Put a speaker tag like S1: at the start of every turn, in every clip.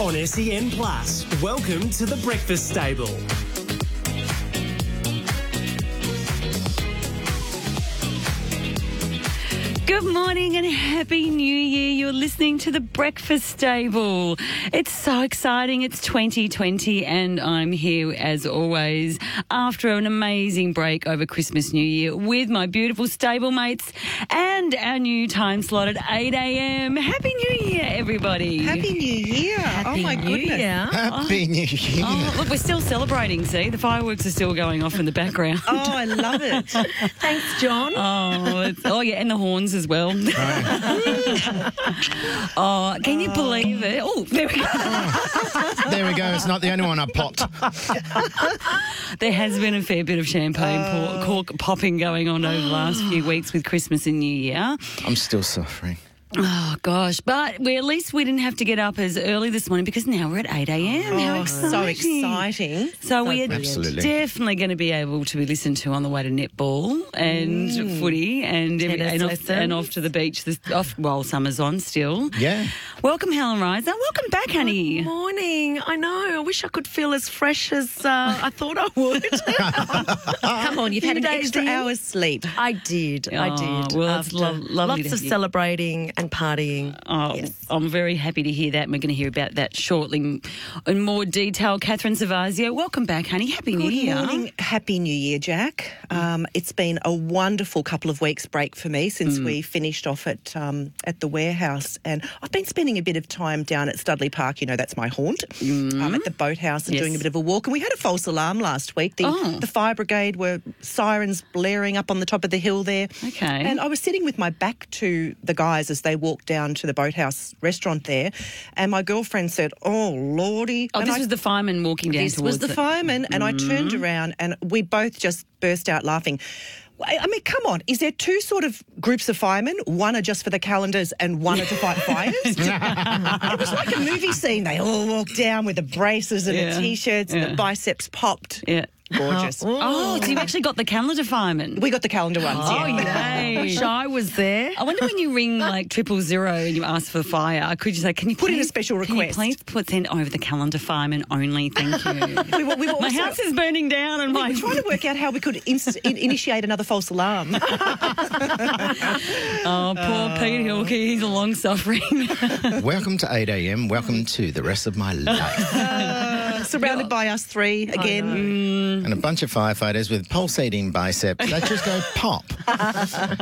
S1: on SEN Plus. Welcome to the Breakfast Stable.
S2: Good morning and happy new year. You're listening to the Breakfast Table. It's so exciting. It's 2020 and I'm here as always after an amazing break over Christmas New Year with my beautiful stable mates and our new time slot at 8 a.m. Happy New Year, everybody.
S3: Happy New Year. oh
S2: Happy
S3: my
S2: New
S3: goodness.
S2: Year.
S4: Happy New Year.
S2: Oh, look, we're still celebrating, see? The fireworks are still going off in the background.
S3: Oh, I love it.
S5: Thanks, John.
S2: Oh, it's, oh yeah, and the horns as well. oh, can you believe it? Oh, there we go.
S4: There we go. It's not the only one I popped.
S2: There has been a fair bit of champagne por- cork popping going on over the last few weeks with Christmas and New Year.
S4: I'm still suffering.
S2: Oh gosh, but we at least we didn't have to get up as early this morning because now we're at eight a.m. How
S3: Oh,
S2: exciting!
S3: so exciting.
S2: So we are
S4: brilliant. Absolutely.
S2: definitely going to be able to be listened to on the way to netball and footy and every,
S5: Tennis
S2: and, off,
S5: lessons.
S2: and off to the beach. This, off while summer's on still.
S4: Yeah.
S2: Welcome, Helen Riser. Welcome back, honey.
S5: Morning. I know. I wish I could feel as fresh as uh, I thought I would.
S3: Come on, you've had an
S5: Few days
S3: extra
S5: in.
S3: hour's sleep.
S5: I did.
S2: Oh,
S5: I did.
S2: well, it's
S5: after
S2: lo- lovely to
S5: Lots of
S2: have you.
S5: celebrating and partying.
S2: Oh,
S5: Yes.
S2: I'm very happy to hear that. and We're going to hear about that shortly in more detail. Catherine Savazio, welcome back, honey. Happy New
S3: Good
S2: Year.
S3: morning. Happy New Year, Jack. Um, it's been a wonderful couple of weeks break for me since
S2: Hmm.
S3: we finished off at um, at the warehouse, and I've been spending a bit of time down at Studley Park. You know, that's my haunt. Um, at the boathouse
S2: Hmm.
S3: and
S2: Yes.
S3: doing a bit of a walk. And we had a false alarm last week. The
S2: Oh.
S3: the fire brigade were sirens blaring up on the top of the hill there.
S2: Okay.
S3: And I was sitting with my back to the guys as they walked down to the boathouse restaurant there, and my girlfriend said, "Oh lordy!"
S2: Oh,
S3: And
S2: this
S3: I-
S2: was the fireman walking down
S3: this
S2: towards Mm-hmm.
S3: was the fireman, and I turned around, and we both just burst out laughing. I I mean, come on. Is there two sort of groups of firemen? One are just for the calendars and one are to fight fires? it was like a movie scene. They all walked down with the braces and
S2: Yeah,
S3: the t shirts and
S2: yeah.
S3: the biceps popped.
S2: Yeah.
S3: Gorgeous.
S2: Oh, so you've actually got the calendar fireman.
S3: We got the calendar ones.
S2: oh,
S3: yeah.
S2: yay.
S5: Wish I was there.
S2: I wonder when you ring like triple zero and you ask for fire, could you say, "Can you
S3: Put in a
S2: please-
S3: special
S2: can you
S3: request?"
S2: please put send over the calendar fireman only, thank you."
S3: We were, we were
S2: my
S3: also-
S2: house is burning down, and my
S3: we were trying to work out how we could inst- in- initiate another false alarm.
S2: oh, poor Pete
S3: Uh.
S2: Hilke, he's a long suffering.
S4: Welcome to 8 a.m. Welcome to the rest of my life.
S3: Surrounded by us three again.
S4: and a bunch of firefighters with pulsating biceps that just go pop.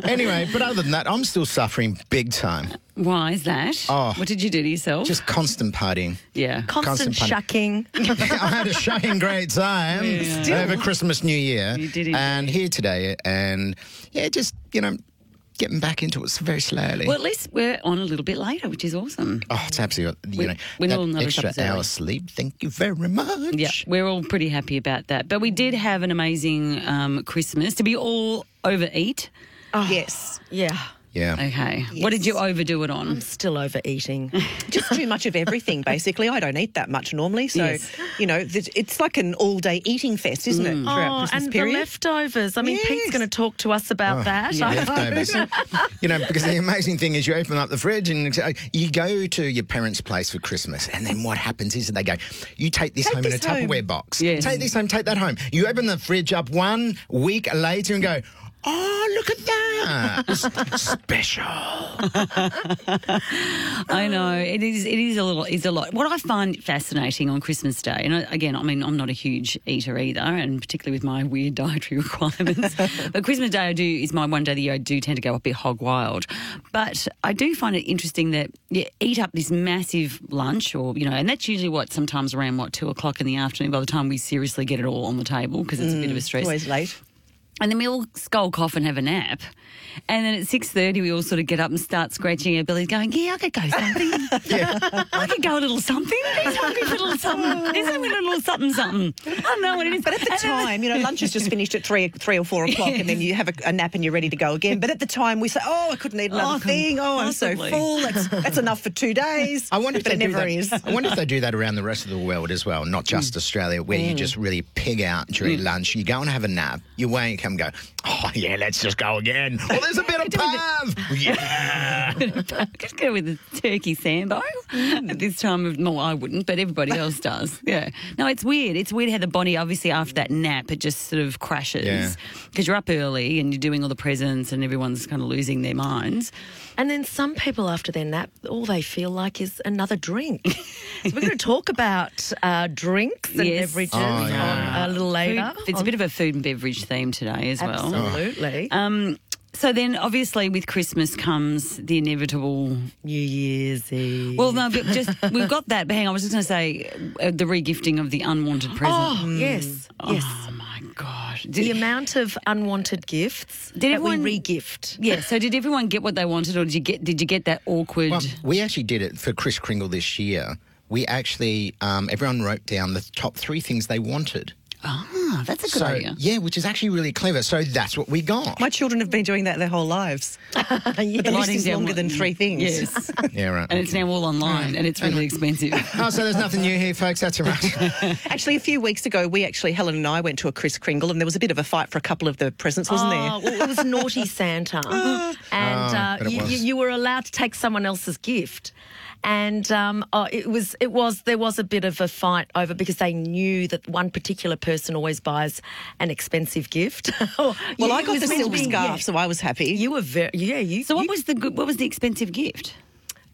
S4: anyway, but other than that, I'm still suffering big time.
S2: Why is that?
S4: Oh.
S2: What did you do to yourself?
S4: Just constant partying.
S2: yeah.
S5: Constant,
S4: Constant pun-
S5: shucking.
S4: I had a shocking great time over Christmas, New Year,
S2: You did indeed.
S4: and here today, and yeah, just you know, getting back into it very slowly.
S2: well, at least we're on a little bit later, which is awesome.
S4: Oh, it's absolutely, you
S2: We-
S4: know,
S2: we know
S4: that
S2: another
S4: extra
S2: couple zero.
S4: hour sleep. Thank you very much.
S2: Yeah, we're all pretty happy about that. But we did have an amazing um, Christmas to be all overeat.
S3: Yes.
S5: Yeah.
S4: Yeah.
S2: Okay. What did you overdo it on?
S5: Still overeating.
S3: just too much of everything basically i don't eat that much normally so
S2: Yes.
S3: you know th- it's like an all-day eating fest isn't it throughout
S5: Oh,
S3: christmas
S5: and
S3: period
S5: the leftovers. I mean, Pete's
S3: Yes.
S5: going to talk to us about that. I hope.
S4: Oh, Leftovers. you know, because the amazing thing is you open up the fridge and uh, you go to your parents' place for Christmas, and then what happens is they go, you take this
S3: Take
S4: home in a
S3: this home.
S4: Tupperware box.
S2: Yes.
S4: Take this home, take that home. You open the fridge up one week later and go, oh, look at that. Special.
S2: I know it is. It is a little. It's a lot. What I find fascinating on Christmas Day, and I- again, I mean, I'm not a huge eater either, and particularly with my weird dietary requirements. but Christmas Day, I do is my one day of the year I do tend to go a bit hog wild. But I do find it interesting that you eat up this massive lunch, or you know, and that's usually what sometimes around what two o'clock in the afternoon. By the time we seriously get it all on the table, because it's a bit of a stress.
S3: always late
S2: And then we all skulk off and have a nap. And then at 6.30, we all sort of get up and start scratching our bellies going, yeah, I could go something. I could go a little something. He's hungry for a little something. He's hungry for a little something, something. I don't know what it is.
S3: but at the
S2: And then-
S3: time, you know, lunch is just finished at three, three or four o'clock, and then you have a, a nap and you're ready to go again. But at the time, we say, "Oh, I couldn't eat another
S2: Oh,
S3: thing. Oh, I'm so
S2: possibly.
S3: full. That's, that's enough for two days."
S4: I wonder if
S3: but
S4: they
S3: it
S4: do
S3: never
S4: that.
S3: is.
S4: I wonder if they do that around the rest of the
S2: Mm.
S4: world as well, not just Australia, where you just really pig out during lunch. You go and have a nap, you wake some go, oh, yeah, let's just go again. Well, there's a bit of pav. Yeah.
S2: Just go with a turkey sambo
S3: Mm.
S2: at this time of. No, I wouldn't, but everybody else does. Yeah. No, it's weird. It's weird how the body, obviously, after that nap, it just sort of
S4: Yeah.
S2: crashes because you're up early and you're doing all the presents and everyone's kind of losing their minds.
S5: And then some people, after their nap, all they feel like is another drink. so we're going to talk about uh, drinks and
S2: Yes.
S5: beverages
S4: Oh, yeah.
S5: on, uh, a little
S2: Uh, Food-
S5: later.
S2: it's a bit of a food and beverage theme today as well.
S5: Absolutely.
S4: Oh.
S2: Um, so then, obviously, with Christmas comes the inevitable.
S5: New Year's Eve.
S2: Well, no, but just we've got that. But hang on, I was just going to say uh, the regifting of the unwanted present.
S5: oh, yes. Yes.
S2: Oh, my god! Did,
S5: The amount of unwanted gifts
S2: Did
S5: that
S2: everyone-
S5: we re-gift.
S2: yeah. So did everyone get what they wanted, or did you get did you get that awkward?
S4: Well, we actually did it for Chris Kringle this year. We actually, um, everyone wrote down the top three things they wanted.
S2: ah, that's a good
S4: so,
S2: idea.
S4: yeah, which is actually really clever. So that's what we got.
S3: My children have been doing that their whole lives.
S5: Yes.
S3: The list
S2: Writing
S3: is
S2: down
S3: longer
S2: what-
S3: than three things.
S2: Yes,
S4: yeah, right.
S2: and it's
S4: okay.
S2: now all online, and it's really expensive.
S4: Oh, so there's nothing new here, folks. That's all right.
S3: Actually, a few weeks ago, we actually, Helen and I went to a Chris Kringle and there was a bit of a fight for a couple of the presents, wasn't there?
S5: Oh, well, it was naughty Santa, and
S4: Oh,
S5: uh,
S4: but it
S5: you,
S4: was.
S5: you, you were allowed to take someone else's gift, and um, oh, it was it was there was a bit of a fight over because they knew that one particular person always buys an expensive gift. well,
S3: Well, I got the silk scarf, so I was happy.
S5: You were very yeah. You
S2: So what
S5: you-
S2: was the good, what was the expensive gift?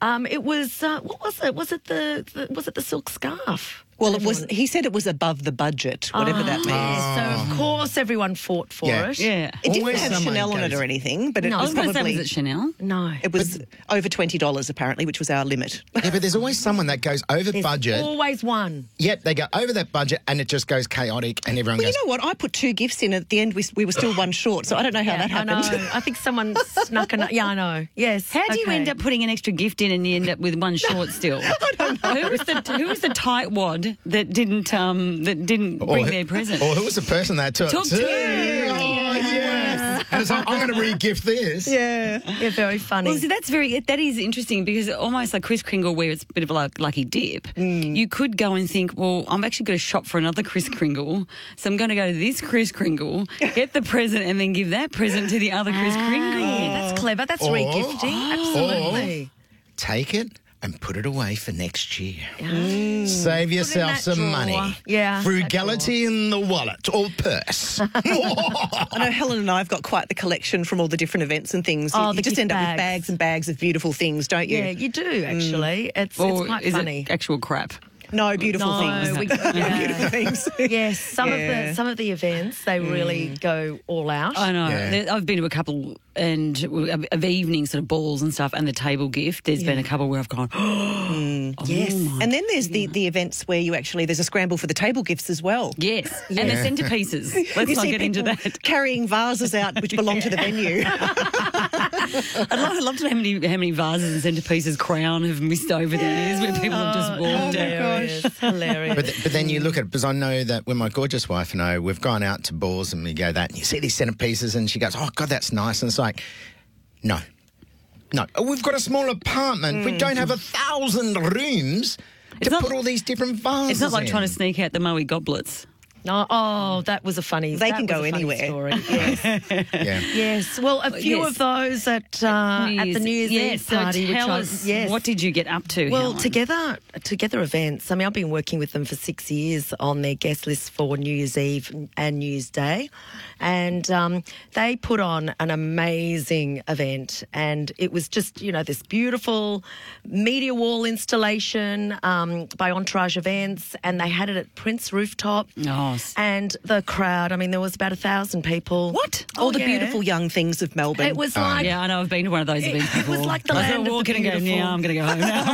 S5: um, it was uh, what was it? Was it the, the was it the silk scarf?
S3: well, it was. He said it was above the budget, whatever that means.
S5: Ah. Yeah, so of course everyone fought
S4: Ah.
S5: for
S4: Yeah.
S5: it.
S2: Yeah.
S3: It didn't
S4: Always
S3: have
S4: someone
S3: Chanel on it
S4: goes-
S3: or anything, but it
S5: No,
S2: I
S3: was
S2: was going to say,
S3: probably
S2: was it Chanel?
S5: No.
S3: it was over twenty dollars apparently, which was our limit.
S4: yeah, but there's always someone that goes over
S5: There's
S4: budget.
S5: Always one.
S4: Yep, they go over that budget and it just goes chaotic and everyone
S3: Well, you
S4: goes,
S3: know what? I put two gifts in. At the end, we, we were still one short, so I don't know how that
S5: I
S3: happened.
S5: know. I think someone snuck an. Yeah, I know. Yes.
S2: How do you
S5: okay.
S2: end up putting an extra gift in and you end up with one short still? Who was the who was the tight wad that didn't um that didn't
S4: Or
S2: bring
S4: Oh, who-
S2: their present?
S4: Or who was the person that took,
S2: Took
S4: two?
S2: two.
S4: Oh, yes. And it's like, I'm going to re-gift this.
S5: Yeah. Yeah, very funny.
S2: Well, see, that's very that is interesting because almost like Chris Kringle, where it's a bit of like lucky dip.
S4: Hmm.
S2: You could go and think, well, I'm actually going to shop for another Chris Kringle, so I'm going to go to this Chris Kringle, get the present, and then give that present to the other Chris Kringle.
S5: Ah. that's clever. That's
S4: Or-
S5: regifting. Absolutely.
S4: Take it and put it away for next year. Mm. Save yourself
S5: that
S4: some
S5: drawer.
S4: money.
S5: Yeah, that
S4: Frugality in the wallet or purse.
S3: I know Helen and I have got quite the collection from all the different events and things. You-
S5: Oh,
S3: you,
S5: the
S3: just
S5: gift
S3: end up with
S5: bags.
S3: bags and bags of beautiful things, don't you?
S5: Yeah, you do actually. It's,
S2: Or
S5: it's quite
S2: Mm. is
S5: funny.
S2: it actual crap?
S3: No, beautiful
S5: No,
S3: things.
S5: we-
S3: No,
S5: yeah.
S3: beautiful things.
S5: Yes, some of
S3: Yeah.
S5: the some of the events they really go all out.
S2: Mm. I know.
S4: Yeah.
S2: There- I've been to a couple and of evening sort of balls and stuff, and the table gift. There's been a couple where I've gone, oh,
S5: Mm. Yes.
S2: my-
S3: And then there's the, the events where you actually there's a scramble for the table gifts as well.
S2: yes, and the centerpieces. Let's
S3: you
S2: not
S3: see
S2: get into
S3: people
S2: that.
S3: carrying vases out which belong to the venue.
S2: I'd love, I'd love to know how many how many vases and centerpieces Crown have missed over the years where people have
S5: Oh,
S2: just walked out.
S5: hilarious, hilarious.
S4: But, th- but then you look at it because I know that when my gorgeous wife and I we've gone out to balls and we go that and you see these centerpieces and she goes, oh god, that's nice, and it's like, no, no, Oh, we've got a small apartment, we don't have a thousand rooms
S2: It's
S4: to
S2: not-
S4: put all these different vases.
S2: It's not like
S4: in.
S2: trying to sneak out the Maui goblets.
S5: No, oh, that was a funny.
S3: They
S5: that
S3: can
S5: was
S3: go
S5: a funny
S3: anywhere.
S5: Story. Yes,
S4: Yeah.
S5: yes. Well, a few
S2: Yes.
S5: of those at uh, at the New Year's
S2: yes,
S5: Eve party.
S2: So
S5: which
S2: tell
S5: I-
S2: us,
S5: yes.
S2: what did you get up to?
S5: Well,
S2: Helen?
S5: together, together events. I mean, I've been working with them for six years on their guest list for New Year's Eve and New Year's Day, and um, they put on an amazing event. And it was just, you know, this beautiful media wall installation um, by Entourage Events, and they had it at Prince Rooftop.
S2: Nice.
S5: And the crowd. I mean, there was about a thousand people.
S3: What? All
S5: Oh,
S3: the
S5: yeah.
S3: beautiful young things of Melbourne.
S5: It was like.
S2: yeah, I know. I've been to one of those events
S5: it was
S2: before.
S5: like the
S2: I sort of
S5: land of the
S2: walk in and go,
S5: beautiful."
S2: yeah, I'm going to go home now.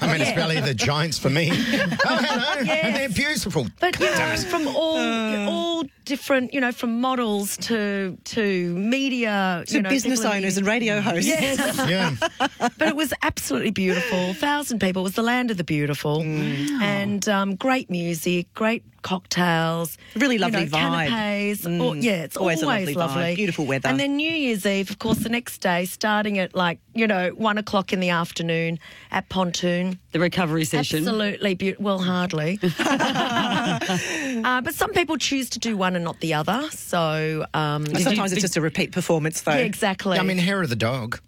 S4: I mean, it's barely the giants for me. oh, hello, and they're beautiful.
S5: But you know, from all
S3: Uh.
S5: all different, you know, from models to to media,
S3: to
S5: you know,
S3: business
S5: people in the-
S3: owners and radio hosts.
S5: Yes,
S4: yeah,
S5: but it was absolutely beautiful. Thousand people it was the land of the beautiful,
S3: Mm.
S5: and um, great music, great cocktails,
S3: Really
S5: you
S3: lovely
S5: know,
S3: vibe. Mm.
S5: canapes. Or, yeah, it's
S3: Always
S5: always,
S3: a lovely vibe.
S5: lovely,
S3: Beautiful weather.
S5: And then New Year's Eve, of course, the next day, starting at like you know one o'clock in the afternoon at Pontoon.
S2: the recovery session.
S5: Absolutely beautiful. Well, hardly. uh, but some people choose to do one and not the other. So um,
S3: Sometimes it's just a repeat performance, though.
S5: yeah, exactly.
S4: I mean, hair of the dog.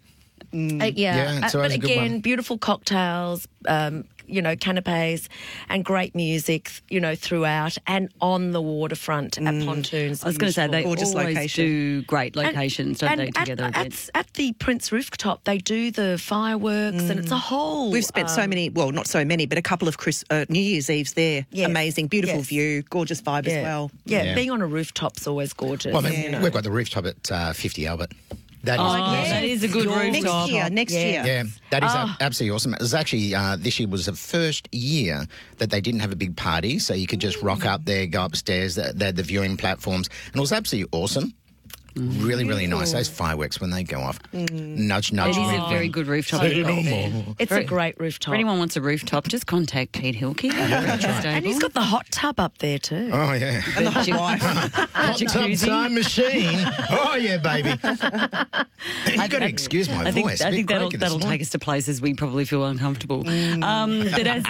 S5: Uh, yeah,
S4: Yeah, it's
S5: Uh,
S4: always
S5: but
S4: a good
S5: again,
S4: one.
S5: beautiful cocktails, um, you know, canapes, and great music, you know, throughout and on the waterfront
S4: Mm.
S5: at pontoons.
S2: I was going to say they
S3: Gorgeous
S2: always
S3: location.
S2: do great locations, don't
S5: and
S2: they?
S5: at-
S2: Together
S5: at,
S2: events.
S5: at the Prince Rooftop, they do the fireworks, and
S4: Mm.
S5: it's a whole. uh,
S3: We've spent
S5: Um,
S3: so many, well, not so many, but a couple of Chris, uh, New Year's Eves there.
S5: Yes.
S3: Amazing, beautiful
S5: Yes.
S3: view, gorgeous vibe
S5: yeah,
S3: as well.
S5: Yeah,
S4: Yeah.
S5: being on a rooftop's always gorgeous.
S4: Well, I mean, we've got the rooftop at uh, 50 Albert. That is
S2: Oh, that is a good
S3: Next
S2: rooftop.
S3: year, next
S5: Yeah.
S3: year.
S4: Yeah, that is
S2: Ah.
S4: a- absolutely awesome. It was actually uh, this year was the first year that they didn't have a big party, so you could just rock
S2: Mm.
S4: up there, go upstairs. They they had the viewing platforms, and it was absolutely awesome. Really, really nice. Those fireworks when they go off, nudge, nudge.
S2: Mm. It is a
S4: wink,
S2: very
S4: wink.
S2: good rooftop. If
S5: it's a great rooftop.
S2: anyone wants a rooftop, just contact Pete Hilkey.
S5: and he's got the hot tub up there too.
S4: Oh yeah,
S5: Um,
S4: hot tub
S2: jacuzzi.
S4: time machine. Oh yeah, baby. you got to excuse my
S2: I think,
S4: voice.
S2: I
S4: Bit
S2: think that'll,
S4: croaky this
S2: that'll take
S4: morning.
S2: us to places we probably feel uncomfortable.
S5: Mm.
S2: Um, but as,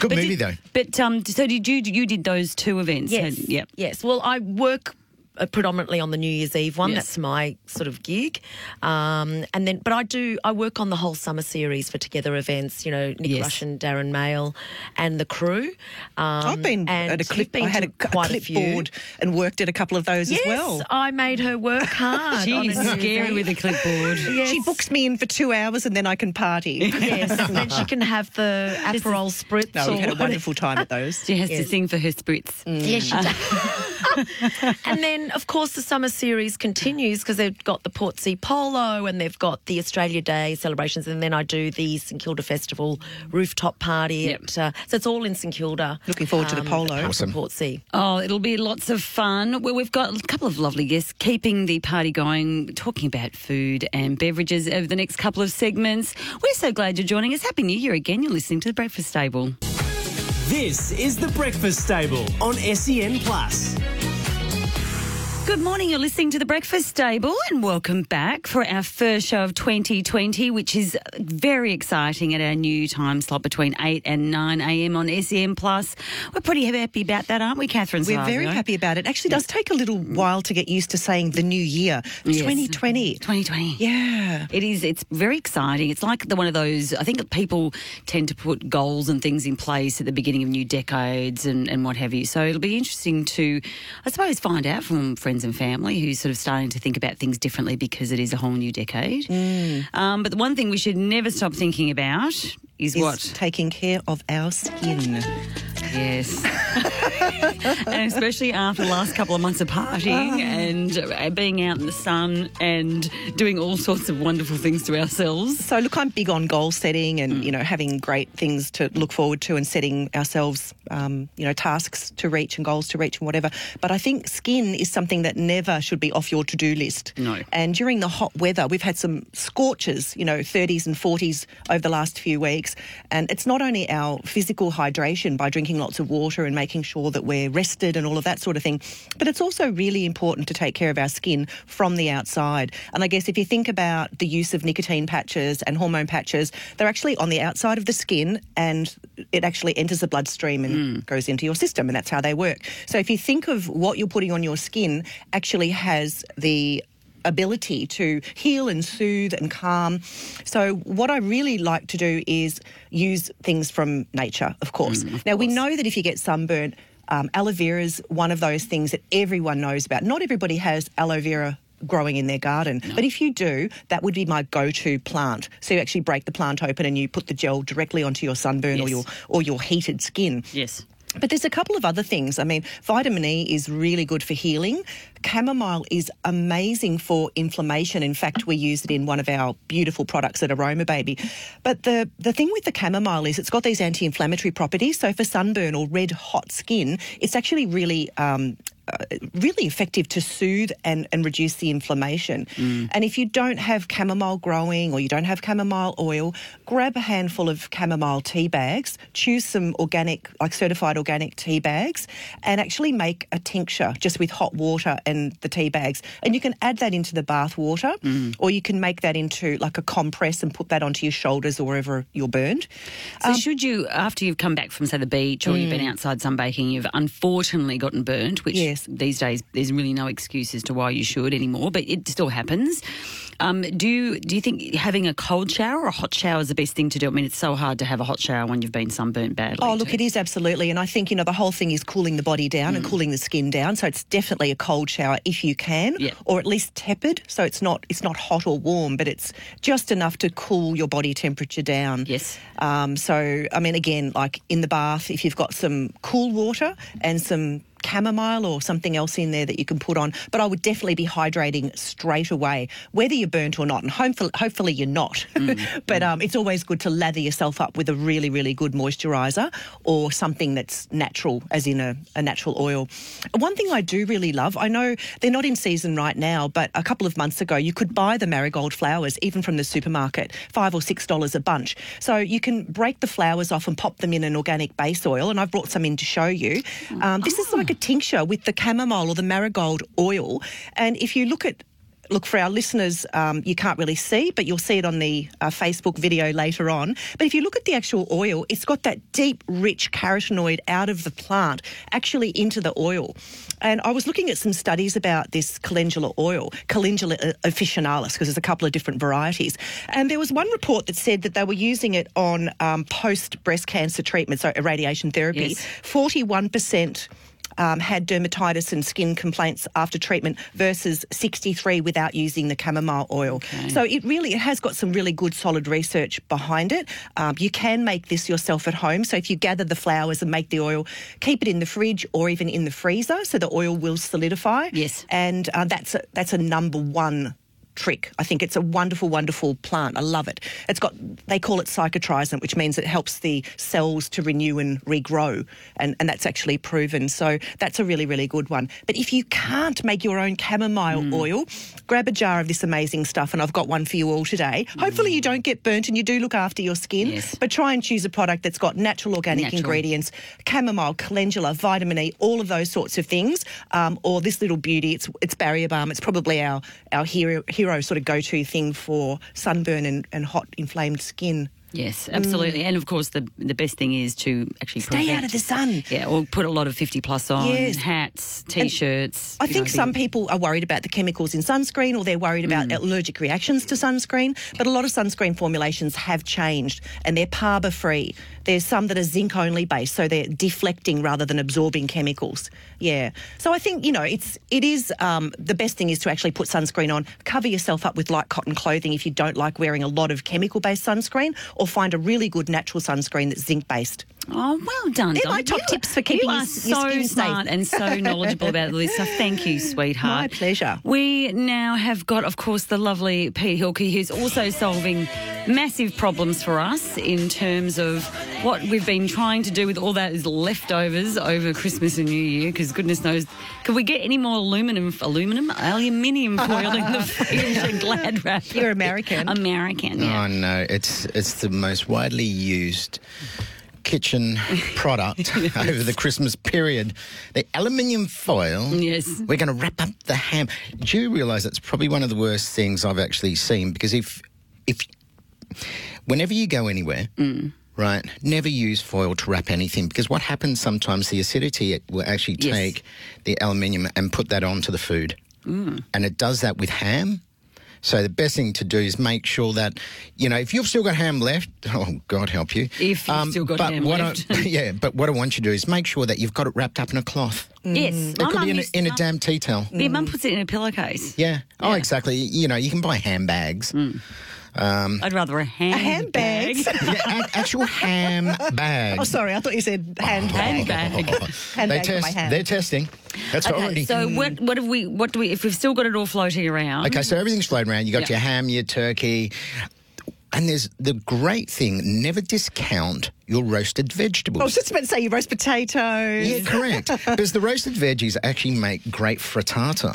S4: Good
S2: but
S4: movie
S2: did-
S4: though.
S2: But um, so did you? You did those two events?
S5: Yes.
S2: had- yep.
S5: Yes. Well, I work uh, predominantly on the New Year's Eve one.
S2: Yes.
S5: That's my sort of gig. Um, and then, but I do, I work on the whole summer series for Together events, you know, Nick
S2: Yes.
S5: Rush and Darren Mail and the crew. Um,
S3: I've been
S5: and
S3: at a
S5: you've
S3: clip.
S5: been
S3: I had a,
S5: to
S3: c- a
S5: quite a few.
S3: clipboard and worked at a couple of those
S5: Yes,
S3: as well.
S5: I made her work hard. on
S2: She's
S5: a New Year's
S2: scary
S5: Eve.
S2: with a clipboard.
S5: Yes.
S3: She books me in for two hours and then I can party.
S5: Yes, then she can have the Aperol spritz.
S3: no,
S5: or
S3: we've had a
S5: whatever.
S3: wonderful time at those.
S2: She has to sing for her spritz.
S5: Yes, she does. and then, of course, the summer series continues because they've got the Portsea Polo and they've got the Australia Day celebrations. And then I do the St Kilda Festival rooftop party.
S2: Yep.
S5: At, uh, so it's all in St Kilda.
S3: Looking forward to
S5: Um,
S3: the polo.
S5: apart from
S4: Awesome.
S5: Portsea.
S2: Oh, it'll be lots of fun. Well, we've got a couple of lovely guests keeping the party going, talking about food and beverages over the next couple of segments. We're so glad you're joining us. Happy New Year again. You're listening to The Breakfast Table.
S1: This is The Breakfast Table on SEN Plus.
S2: Good morning. You're listening to The Breakfast Table and welcome back for our first show of 2020, which is very exciting at our new time slot between 8 and 9 a.m. on SEM Plus. We're pretty happy about that, aren't we, Catherine?
S3: We're very
S2: Savio?
S3: happy about it. Actually, it does take a little while to get used to saying the new year,
S2: Yes.
S3: 2020.
S2: 2020.
S3: Yeah.
S2: It is. It's very exciting. It's like the one of those. I think people tend to put goals and things in place at the beginning of new decades and, and what have you. So it'll be interesting to, I suppose, find out from friends and family who's sort of starting to think about things differently because it is a whole new decade. Um, but the one thing we should never stop thinking about is
S3: Is
S2: what
S3: Taking care of our skin.
S2: Yes. and especially after the last couple of months of partying and uh, being out in the sun and doing all sorts of wonderful things to ourselves.
S3: So look, I'm big on goal setting
S2: Mm.
S3: and you know having great things to look forward to and setting ourselves um, you know tasks to reach and goals to reach and whatever. But I think skin is something that never should be off your to do list.
S2: No.
S3: And during the hot weather, we've had some scorches, you know, 30s and 40s over the last few weeks. And it's not only our physical hydration by drinking lots of water and making sure that we're rested and all of that sort of thing, but it's also really important to take care of our skin from the outside. And I guess if you think about the use of nicotine patches and hormone patches, they're actually on the outside of the skin and it actually enters the bloodstream and goes into your system. And that's how they work. So if you think of what you're putting on your skin actually has the ability to heal and soothe and calm. So, what I really like to do is use things from nature, Mm, of course. now, we know that if you get sunburn, um, aloe vera is one of those things that everyone knows about. Not everybody has aloe vera. Growing in their garden. But if you do, that would be my go to plant. So you actually break the plant open and you put the gel directly onto your sunburn or
S2: Yes.
S3: your or your heated skin.
S2: Yes.
S3: But there's a couple of other things. I mean, vitamin E is really good for healing. Chamomile is amazing for inflammation. In fact, we use it in one of our beautiful products at Aroma Baby. But the, the thing with the chamomile is it's got these anti inflammatory properties. So for sunburn or red hot skin, it's actually really. Um, uh, really effective to soothe and, and reduce the inflammation. And if you don't have chamomile growing or you don't have chamomile oil, grab a handful of chamomile tea bags, choose some organic, like certified organic tea bags, and actually make a tincture just with hot water and the tea bags. And you can add that into the bath water, or you can make that into like a compress and put that onto your shoulders or wherever you're burned. Um,
S2: So, should
S3: Mm.
S2: you, after you've come back from, say, the beach or you've been outside sunbaking, you've unfortunately gotten burnt, which guess these days there's really no excuse as to why you should anymore, but it still happens. Um, do you, do you think having a cold shower or a hot shower is the best thing to do? I mean, it's so hard to have a hot shower when you've been sunburnt badly.
S3: Oh, look, it is absolutely. And I think, you know, the whole thing is cooling the body down and cooling the skin down. So it's definitely a cold shower if you can,
S2: Yeah.
S3: or at least tepid. So it's not it's not hot or warm, but it's just enough to cool your body temperature down.
S2: Yes.
S3: Um, so, I mean, again, like in the bath, if you've got some cool water and some chamomile or something else in there that you can put on, but I would definitely be hydrating straight away, whether you're burnt or not. And hopefully, hopefully you're not. but um, it's always good to lather yourself up with a really, really good moisturizer or something that's natural, as in a, a natural oil. One thing I do really love, I know they're not in season right now, but a couple of months ago, you could buy the marigold flowers even from the supermarket, five or six dollars a bunch. So you can break the flowers off and pop them in an organic base oil. And I've brought some in to show you. Um, this is like a tincture with the chamomile or the marigold oil. And if you look at Look for our listeners. Um, you can't really see, but you'll see it on the uh, Facebook video later on. But if you look at the actual oil, it's got that deep, rich carotenoid out of the plant actually into the oil. And I was looking at some studies about this calendula oil, calendula uh, officinalis, because there's a couple of different varieties. And there was one report that said that they were using it on um, post breast cancer treatment, so irradiation therapy.
S2: Yes.
S3: 41% um, had dermatitis and skin complaints after treatment versus 63 without using the chamomile oil. So it really it has got some really good solid research behind it. Um, you can make this yourself at home. So if you gather the flowers and make the oil, keep it in the fridge or even in the freezer so the oil will solidify.
S2: Yes.
S3: and uh, that's a, that's a number one. Trick. I think it's a wonderful, wonderful plant. I love it. It's got, they call it psychotrizant, which means it helps the cells to renew and regrow. And, and that's actually proven. So that's a really, really good one. But if you can't make your own chamomile oil, grab a jar of this amazing stuff. And I've got one for you all today. Hopefully, you don't get burnt and you do look after your skin.
S2: Yes.
S3: But try and choose a product that's got natural organic
S2: Natural.
S3: ingredients, chamomile, calendula, vitamin E, all of those sorts of things. Um, or this little beauty, it's it's barrier balm. It's probably our our hero hero sort of go to thing for sunburn and, and hot inflamed skin.
S2: Yes, absolutely. And of course, the the best thing is to actually stay
S3: Mm. out of the sun.
S2: Yeah, or put a lot of fifty plus on
S3: Yes.
S2: hats, t-shirts.
S3: I
S2: you know,
S3: think Hmm.
S2: big-
S3: some people are worried about the chemicals in sunscreen or they're worried about allergic reactions to sunscreen, but a lot of sunscreen formulations have changed and they're parba free. There's some that are zinc only based, so they're deflecting rather than absorbing chemicals. Yeah. So I think, you know, it's it is um, the best thing is to actually put sunscreen on, cover yourself up with light cotton clothing if you don't like wearing a lot of chemical based sunscreen, or find a really good natural sunscreen that's zinc based.
S2: Oh, well done!
S3: They're
S2: Donna.
S3: my top
S2: You-
S3: tips for keeping
S2: you
S3: your
S2: are
S3: s- your
S2: so
S3: skin safe.
S2: smart and so knowledgeable about all this stuff. Thank you, sweetheart.
S3: My pleasure.
S2: We now have got, of course, the lovely Pete Hilke, who's also solving massive problems for us in terms of what we've been trying to do with all those leftovers over Christmas and New Year. Because goodness knows, could we get any more aluminum, aluminum, aluminium foil in the fridge and glad wrap?
S3: You're American.
S2: American, yeah.
S4: Oh no, it's it's the most widely used kitchen product over the Christmas period. The aluminium foil.
S2: Yes.
S4: We're going to wrap up the ham. Do you realise that's probably one of the worst things I've actually seen? Because if if whenever you go anywhere.
S2: Mm.
S4: Right, never use foil to wrap anything because what happens sometimes the acidity it will actually
S2: Yes.
S4: take the aluminium and put that onto the food,
S2: Mm.
S4: and it does that with ham. So the best thing to do is make sure that you know if you've still got ham left. Oh God help you! Um,
S2: If you've still got
S4: but
S2: ham
S4: what I-
S2: left.
S4: yeah, but what I want you to do is make sure that you've got it wrapped up in a cloth.
S2: Yes,
S4: It
S2: my Mm.
S4: could
S2: mum
S4: be in a,
S2: used to- Mm.
S4: in a Mm.
S2: my-
S4: damn tea towel.
S2: Yeah, mum puts it in a pillowcase.
S4: Yeah. Oh, exactly. You know, you can buy handbags.
S2: Mm. I'd rather a handbag.
S3: Handbags.
S4: Yeah, a- actual ham bags.
S3: Oh, sorry, I thought you said hand.
S2: Handbag.
S4: They
S3: Handbag for my
S4: test,
S3: ham.
S4: they're testing. That's what
S2: Okay,
S4: already.
S2: so what what have we what do we if we've still got it all floating around?
S4: Okay, so everything's floating around. You got
S2: Yeah.
S4: your ham, your turkey, and there's the great thing: never discount your roasted vegetables.
S3: I was just about to say you roast potatoes.
S4: Yeah, correct. Because the roasted veggies actually make great frittata.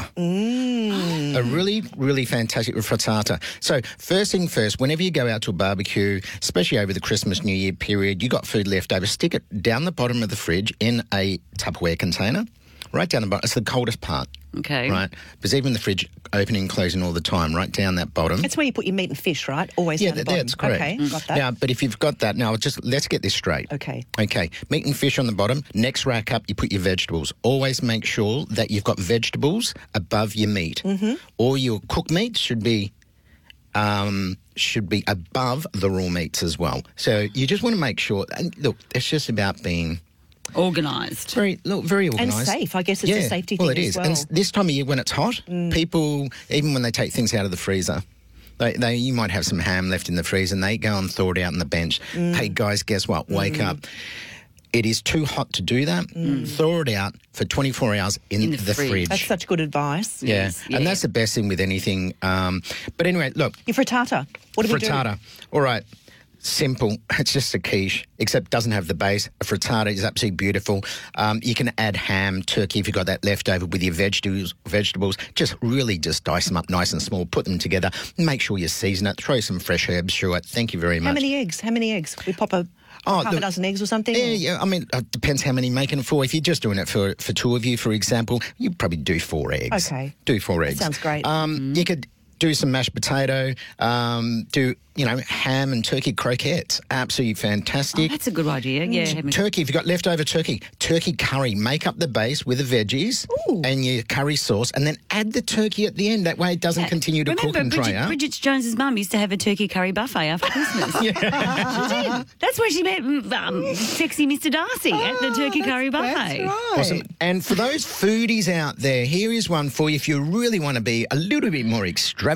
S4: A really, really fantastic frittata. So, first thing first, whenever you go out to a barbecue, especially over the Christmas New Year period, you got food left over, stick it down the bottom of the fridge in a Tupperware container. Right down the bottom. It's the coldest part.
S2: Okay.
S4: Right? Because even the fridge opening and closing all the time, right down that bottom.
S3: That's where you put your meat and fish, right? Always
S4: yeah,
S3: down the
S4: that-
S3: bottom.
S4: that's correct. Mm.
S3: Okay, got that.
S4: Now, but if you've got that, now just let's get this straight.
S3: Okay.
S4: Okay. Meat and fish on the bottom. Next rack up, you put your vegetables. Always make sure that you've got vegetables above your meat. Mm-hmm. Or your cooked meat should be um, should be above the raw meats as well. So you just want to make sure. And look, it's just about being
S2: Organised.
S4: very look, very organised
S3: safe. I guess it's a safety
S4: well,
S3: thing
S4: it
S3: as
S4: is.
S3: well. Mm.
S4: And s- this time of year when it's hot, people even when they take things out of the freezer. They, they, you might have some ham left in the freezer and they go and thaw it out on the bench.
S3: Mm.
S4: Hey, guys, guess what? Wake up. It is too hot to do that. Thaw it out for 24 hours in,
S2: the
S4: the,
S2: fridge.
S4: fridge.
S3: Mm. That's such good advice.
S4: yeah.
S2: Yes, yeah.
S4: And that's the best thing with anything. Um, but anyway, look,
S3: Your frittata. What do
S4: frittata. All right. Simple. It's just a quiche, except doesn't have the base. A frittata is absolutely beautiful. Um, you can add ham, turkey if you've got that left over with your vegetables. Vegetables, just really just dice them up nice and small, put them together. Make sure you season it. Throw some fresh herbs through it. Thank you very
S3: we do? How
S4: much.
S3: many eggs? How many eggs? We pop a
S4: Oh,
S3: half
S4: the-
S3: a dozen eggs or something?
S4: Yeah, yeah. I mean, it depends how many you're making it for. If you're just doing it for for two of you, for example, you probably do four eggs.
S3: Okay.
S4: Do four eggs.
S3: sounds great.
S4: Um, You could do some mashed potato, um, do, you know, ham and turkey croquettes. Absolutely fantastic.
S2: That's a good idea. Yeah. have me-
S4: Turkey, if you've got leftover turkey, turkey curry, make up the base with the veggies and your curry sauce, and then add the turkey at the end. That way it doesn't continue to
S2: Remember,
S4: cook and
S2: Bridget,
S4: dry out.
S2: Bridget Jones's mum used to have a turkey curry buffet after Christmas. She did. That's where she met mm, um, sexy Mr. Darcy at the turkey curry buffet.
S4: Awesome. And for those foodies out there, here is one for you if you really want to be a little bit more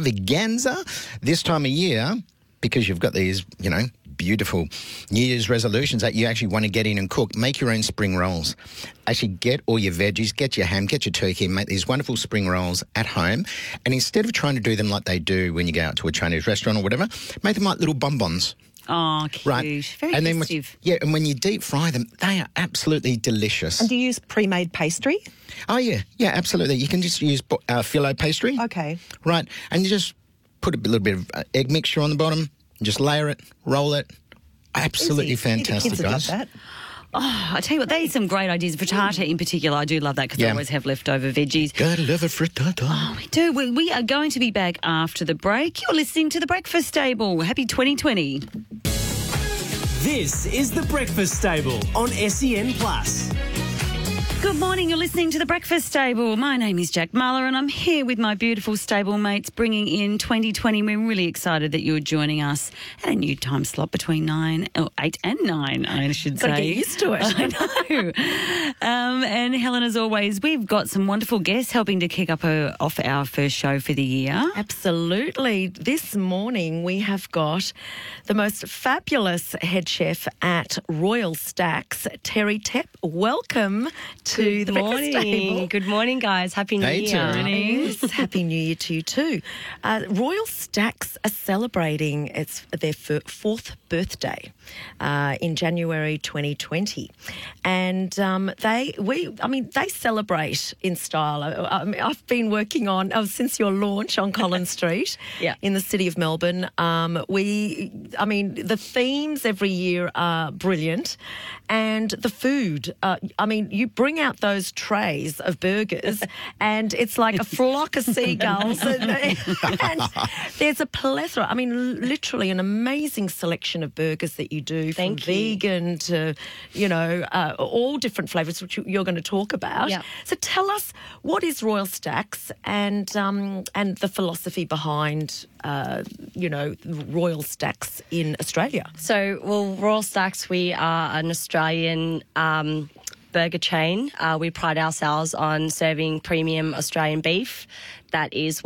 S4: extravaganza this time of year, because you've got these, you know, beautiful New Year's resolutions that you actually want to get in and cook. Make your own spring rolls. Actually, get all your veggies, get your ham, get your turkey, and make these wonderful spring rolls at home. And instead of trying to do them like they do when you go out to a Chinese restaurant or whatever, make them like little bonbons.
S2: Oh, cute.
S4: Right,
S2: Very
S4: and then when,
S2: festive.
S4: yeah, and when you deep fry them, they are absolutely delicious.
S3: Do you use pre made pastry?
S4: Oh yeah, yeah, absolutely. You can just use bo- uh, filo pastry.
S3: Okay.
S4: Right, and you just put a little bit of uh, egg mixture on the bottom, just layer it, roll it. Absolutely
S3: Easy. I think the
S4: fantastic,
S3: kids would
S4: guys.
S3: Love that.
S2: I tell you what, they had some great ideas. Frittata in particular, I do love that because I
S4: Yeah.
S2: always have leftover veggies.
S4: Gotta love a frittata.
S2: We do. We, we are going to be back after the break. You're listening to The Breakfast Table. Happy 2020.
S1: This is The Breakfast Table on SEN Plus.
S2: Good morning. You're listening to The Breakfast Table. My name is Jack Marler, and I'm here with my beautiful stable mates bringing in 2020. We're really excited that you're joining us at a new time slot between 9, oh, 8 and 9, I should
S5: Gotta
S2: say.
S5: get used to it.
S2: I know. um, and Helen, as always, we've got some wonderful guests helping to kick up a, off our first show for the year.
S5: Absolutely. This morning we have got the most fabulous head chef at Royal Stacks, Terry Tepp. Welcome to the
S6: morning.
S5: breakfast table.
S6: Good morning, guys. Happy New
S4: Hey,
S6: Year.
S4: Tara.
S5: Yes, Happy New Year to you too. Uh, Royal Stacks are celebrating it's their fir- fourth birthday uh, in January 2020, and um, they we I mean they celebrate in style. I, I mean, I've been working on uh, since your launch on Collins Street
S6: Yeah.
S5: in the city of Melbourne. Um, we I mean the themes every year are brilliant, and the food. Uh, I mean you bring out those trays of burgers, and it's like a flock of seagulls. and, and there's a plethora. I mean, l- literally an amazing selection of burgers that you do, from
S6: Thank you.
S5: vegan to, you know, uh, all different flavors, which you- you're going to talk about.
S6: Yeah.
S5: So tell us what is Royal Stacks and um, and the philosophy behind, uh, you know, Royal Stacks in Australia.
S6: So, well, Royal Stacks, we are an Australian um, burger chain. Uh, we pride ourselves on serving premium Australian beef that is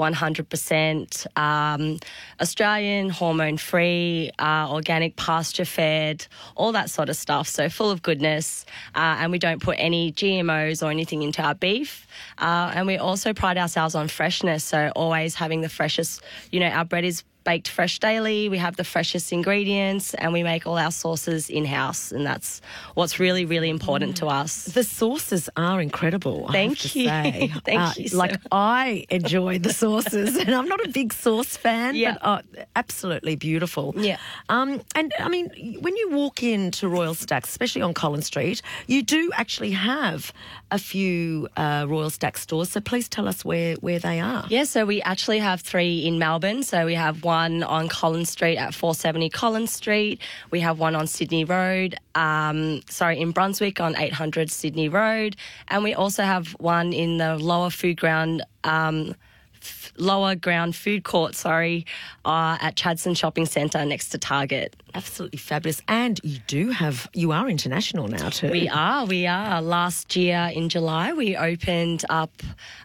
S6: 100% um, Australian, hormone free, uh, organic, pasture fed, all that sort of stuff. So, full of goodness. Uh, and we don't put any GMOs or anything into our beef. Uh, and we also pride ourselves on freshness. So, always having the freshest, you know, our bread is baked fresh daily. We have the freshest ingredients and we make all our sauces in house. And that's what's really, really important to us.
S5: The sauces are incredible. I
S6: Thank
S5: have to
S6: you.
S5: say.
S6: Thank
S5: Uh,
S6: you so
S5: Like
S6: much.
S5: I enjoy the sauces, and I'm not a big sauce fan,
S6: Yeah.
S5: but uh, absolutely beautiful.
S6: Yeah.
S5: Um, and I mean, when you walk into Royal Stacks, especially on Collins Street, you do actually have a few uh, Royal Stacks stores. So please tell us where where they are.
S6: Yeah, so we actually have three in Melbourne. So we have one on Collins Street at 470 Collins Street. We have one on Sydney Road, um, sorry, in Brunswick on 800 Sydney Road. And we also have one in the lower food ground. Um, f- Lower ground food court, sorry, uh, at Chadson Shopping Centre next to Target.
S5: Absolutely fabulous. And you do have you are international now too.
S6: We are, we are. Last year in July, we opened up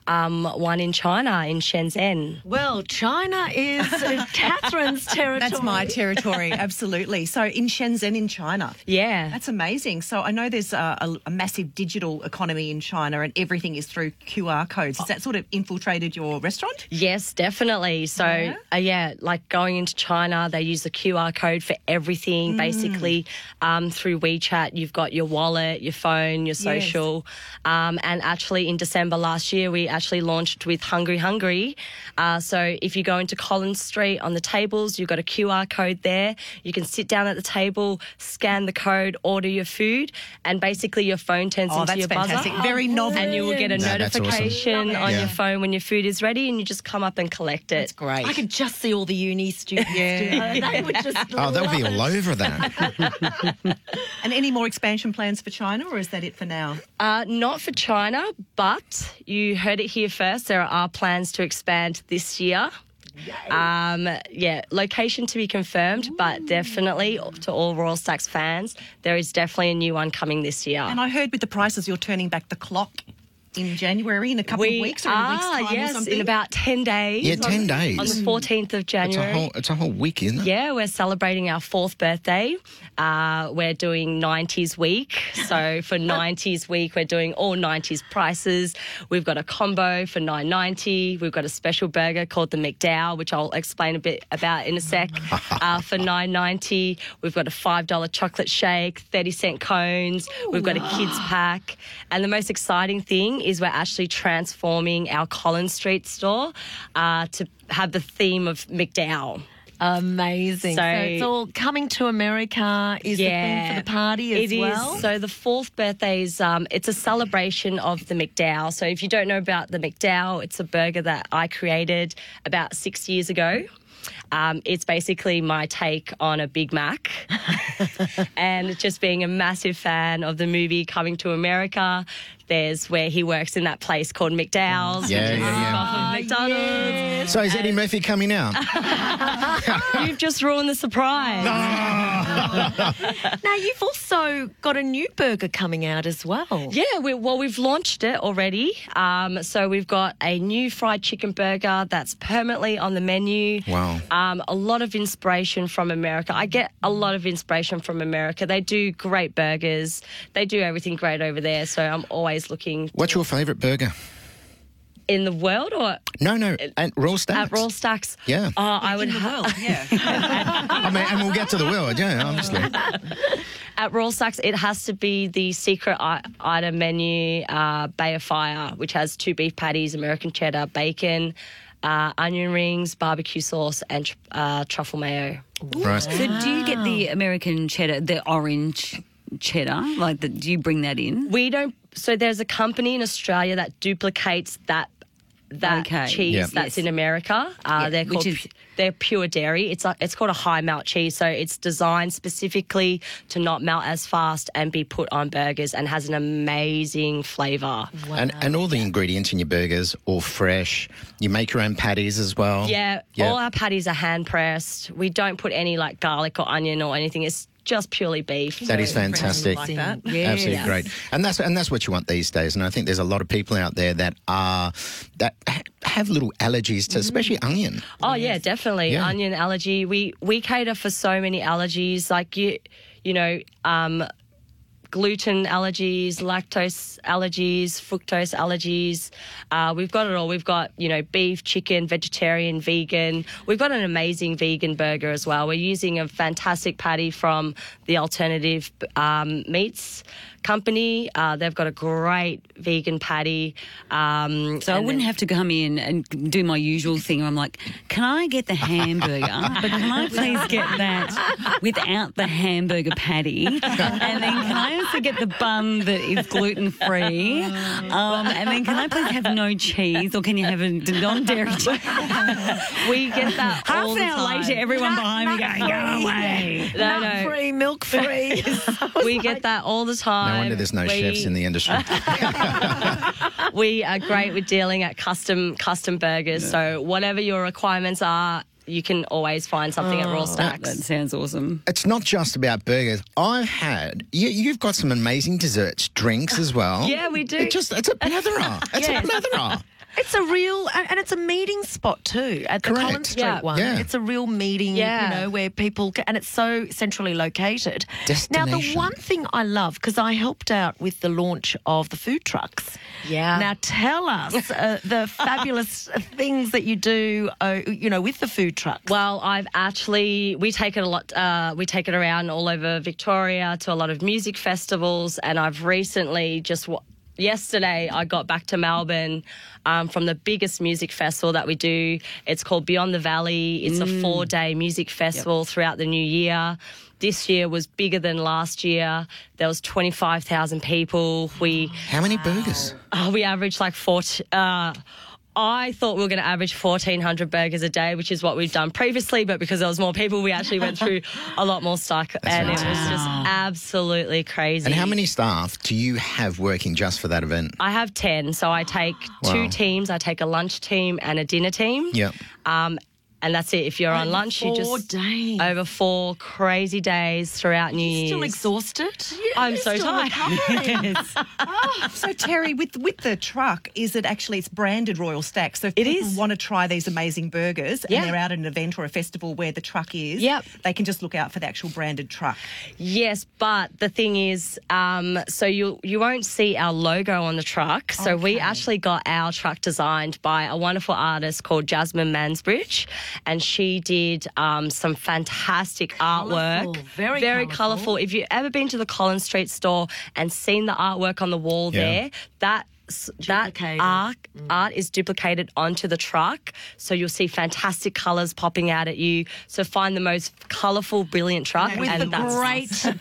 S6: um, one in China, in Shenzhen.
S5: Well, China is Catherine's territory.
S3: That's my territory, absolutely. So in Shenzhen, in China.
S6: Yeah.
S3: That's amazing. So I know there's a, a, a massive digital economy in China and everything is through QR codes. Has that sort of infiltrated your restaurant?
S6: Yes, definitely. So, yeah, uh, yeah like going into China, they use the QR code for everything.
S3: Mm.
S6: Basically, um, through WeChat, you've got your wallet, your phone, your social. Um, and actually, in December last year, we actually launched with Hungry Hungry. Uh, so, if you go into Collins Street on the tables, you've got a QR code there. You can sit down at the table, scan the code, order your food, and basically your phone turns
S3: Oh,
S6: into
S3: that's
S6: your
S3: fantastic.
S6: buzzer.
S3: Very novel.
S6: And you will get a
S4: No, that's awesome.
S6: notification on
S4: Yeah.
S6: your phone when your food is ready, and you just come up and collect it.
S5: I could just see all the uni students. yeah. They would just.
S4: Oh, they'll be all over that.
S3: And any more expansion plans for China or is that it for now?
S6: Uh, not for China, but you heard it here first. There are plans to expand this year. Um, yeah, location to be confirmed, but definitely to all Royal Stacks fans, there is definitely a new one coming this year.
S3: And I heard with the prices, you're turning back the clock in January in a couple of weeks or in a week's
S6: are,
S3: time or
S6: yes,
S3: something.
S6: in about ten days.
S4: Yeah, 10
S6: on-
S4: days.
S6: on the fourteenth of
S4: It's
S6: January.
S4: a whole, it's a whole week, isn't it?
S6: Yeah, we're celebrating our fourth birthday. Uh, we're doing 90s week. So for 90s week, we're doing all 90s prices. We've got a combo for 9.90. We've got a special burger called the McDowell, which I'll explain a bit about in a sec. Uh, for 9.90, we've got a $5 chocolate shake, 30 cent cones. We've got a kids pack. And the most exciting thing is we're actually transforming our Collins Street store uh, to have the theme of McDowell.
S5: Amazing. So,
S6: So-
S5: it's all coming to America is the theme for the party as
S6: It is.
S5: well.
S6: So the fourth birthday is um, it's a celebration of the McDowell. So if you don't know about the McDowell, it's a burger that I created about six years ago. Um, it's basically my take on a Big Mac, and just being a massive fan of the movie Coming to America. There's where he works in that place called McDowell's,
S4: Yeah,
S6: which
S4: yeah,
S6: is
S4: yeah.
S6: off
S5: Ah,
S6: of McDonald's.
S4: So is Eddie Murphy coming out?
S6: You've just ruined the surprise.
S5: now you've also got a new burger coming out as well.
S6: Yeah, we, well, we've launched it already. Um, so we've got a new fried chicken burger that's permanently on the menu.
S4: Wow.
S6: Um, a lot of inspiration from America. I get a lot of inspiration from America. They do great burgers, they do everything great over there. So I'm always looking
S4: What's your favourite burger?
S6: in the world or
S4: No, no, at Royal Stacks.
S6: at Royal Stacks.
S4: Yeah.
S6: Uh, I would
S3: in the
S6: ha-
S3: world, yeah.
S4: I mean, and we'll get to the world, yeah, obviously.
S6: at Royal Stacks, it has to be the secret i- item menu uh, Bay of Fire, which has two beef patties, American cheddar, bacon, uh, onion rings, barbecue sauce, and tr- uh, truffle mayo.
S4: Right.
S2: So do you get the American cheddar, the orange cheddar? Like, the, do you bring that in?
S6: We don't. So there's a company in Australia that duplicates that. That
S2: Okay.
S6: cheese
S4: Yeah.
S6: that's
S2: Yes.
S6: in America, uh,
S2: Yeah,
S6: they're
S2: which
S6: called
S2: is-
S6: pu- they're pure dairy. It's a, it's called a high melt cheese, so it's designed specifically to not melt as fast and be put on burgers, and has an amazing flavour.
S4: And, and all the ingredients in your burgers, all fresh. You make your own patties as well.
S6: Yeah,
S4: Yeah.
S6: all our patties are hand pressed. We don't put any like garlic or onion or anything. It's just purely beef.
S4: That is fantastic.
S3: Like that.
S4: Absolutely great. And that's and that's what you want these days. And I think there's a lot of people out there that are that ha- have little allergies to especially onion.
S6: oh yeah, definitely
S4: Yeah.
S6: onion allergy. We we cater for so many allergies. Like you, you know, um, gluten allergies, lactose allergies, fructose allergies. Uh, we've got it all. We've got, you know, beef, chicken, vegetarian, vegan. We've got an amazing vegan burger as well. We're using a fantastic patty from the Alternative um, Meats Company. Uh, they've got a great vegan patty. Um,
S2: So I wouldn't have to come in and do my usual thing. I'm like, can I get the hamburger? But can I please get that without the hamburger patty? And then can I also get the bun that is gluten free? Um, and then can I please have no cheese or can you have a non dairy cheese?
S6: we get that
S2: Half
S6: all
S2: an
S6: the
S2: hour
S6: time.
S2: later, everyone behind me going, go away.
S6: No,
S5: Nut
S6: no.
S5: free, milk free.
S6: We get that all the time.
S4: No wonder there's no
S6: We-
S4: chefs in the industry.
S6: we are great with dealing at custom custom burgers. So whatever your requirements are, you can always find something at Raw
S5: Oh,
S2: That
S6: Stacks.
S2: sounds awesome.
S4: it's not just about burgers. I've had you, you've got some amazing desserts, drinks as well.
S6: Yeah, we do.
S4: It just it's a plethora. It's a plethora.
S5: It's a real, and and it's a meeting spot too at the
S4: Correct.
S5: Collins Street
S6: Yeah.
S5: one.
S4: Yeah.
S5: It's a real meeting,
S6: Yeah.
S5: you know, where people, ca- and it's so centrally located. Now, the
S4: Destination.
S5: one thing I love, because I helped out with the launch of the food trucks.
S6: Yeah.
S5: Now, tell us uh, the fabulous things that you do, uh, you know, with the food trucks.
S6: Well, I've actually we take it a lot. Uh, we take it around all over Victoria to a lot of music festivals, and I've recently just. wa Yesterday, I got back to Melbourne um, from the biggest music festival that we do. It's called Beyond the Valley. It's a four day music festival throughout the new year. This year was bigger than last year. There was 25,000 people. We
S4: How many burgers?
S6: Oh, we averaged like four. Uh, I thought we were going to average 1,400 burgers a day, which is what we've done previously, but because there was more people, we actually went through a lot more stock, and it was just absolutely crazy.
S4: And how many staff do you have working just for that event?
S6: I have 10, so I take
S4: Wow.
S6: two teams. I take a lunch team and a dinner team.
S4: Yep.
S6: Um, and that's it. If you're on lunch, you
S5: four
S6: just
S5: days.
S6: over four crazy days throughout New Year's.
S5: Still exhausted?
S6: I'm so tired.
S3: So Terry, with with the truck, is it actually it's branded Royal Stacks? So if people
S6: is.
S3: want to try these amazing burgers
S6: Yeah.
S3: and they're out at an event or a festival where the truck is,
S6: Yep.
S3: they can just look out for the actual branded truck.
S6: Yes, but the thing is, um, so you you won't see our logo on the truck. So we actually got our truck designed by a wonderful artist called Jasmine Mansbridge, and she did um, some fantastic artwork.
S5: Colourful, very colourful.
S6: colourful. If you've ever been to the Collins Street store and seen the artwork on the wall
S4: Yeah.
S6: there, that. s- That
S5: Duplicated. Mm.
S6: art, art is duplicated onto the truck, so you'll see fantastic colours popping out at you. So find the most colourful, brilliant truck,
S5: With
S6: and
S5: the
S6: that's
S5: great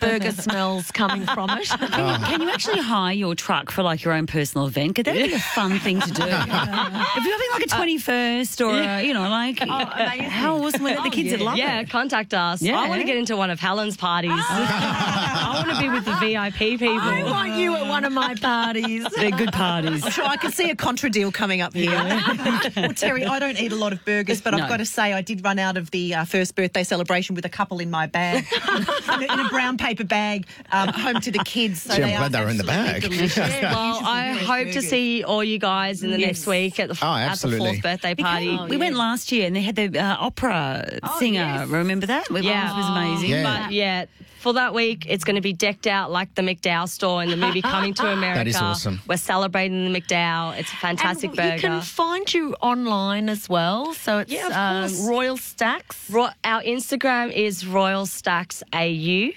S5: burger smells coming from it.
S2: Can you actually hire your truck for like your own personal event? Could that be a fun thing to do? if you're having like a 21st or, a, you know, like, how awesome would that The kids would love
S6: yeah,
S2: it.
S6: contact us.
S2: Yeah.
S6: I want to get into one of Helen's parties. Ah. I want to be with the VIP people.
S5: I want you at one of my parties.
S2: They're good parties.
S3: So I can see a contra deal coming up here. well, Terry, I don't eat a lot of burgers, but
S2: No.
S3: I've got to say I did run out of the uh, first birthday celebration with a couple in my bag, in, a, in a brown paper bag, um, home to the kids. So
S4: Gee, I'm
S3: they
S4: glad
S3: are
S4: they were in the
S3: absolutely
S4: bag. Oh,
S3: delicious.
S2: Oh,
S6: well, I hope to see all you guys in the next week at the,
S4: Oh,
S6: at the
S4: absolutely.
S6: fourth birthday
S2: We
S6: party.
S2: went last year and they had the uh, opera singer. Remember that? We-
S6: Yeah.
S2: It was amazing.
S4: Yeah.
S6: But yeah, for that week, it's going to be decked out like the McDowell store in the movie Coming to America.
S4: is awesome.
S6: We're celebrating the McDowell. It's a fantastic
S5: and
S6: burger.
S5: You can find you online as well. So it's
S6: Yeah, of
S5: uh,
S6: course.
S5: Royal Stacks.
S6: Ro- our Instagram is Royal Stacks AU.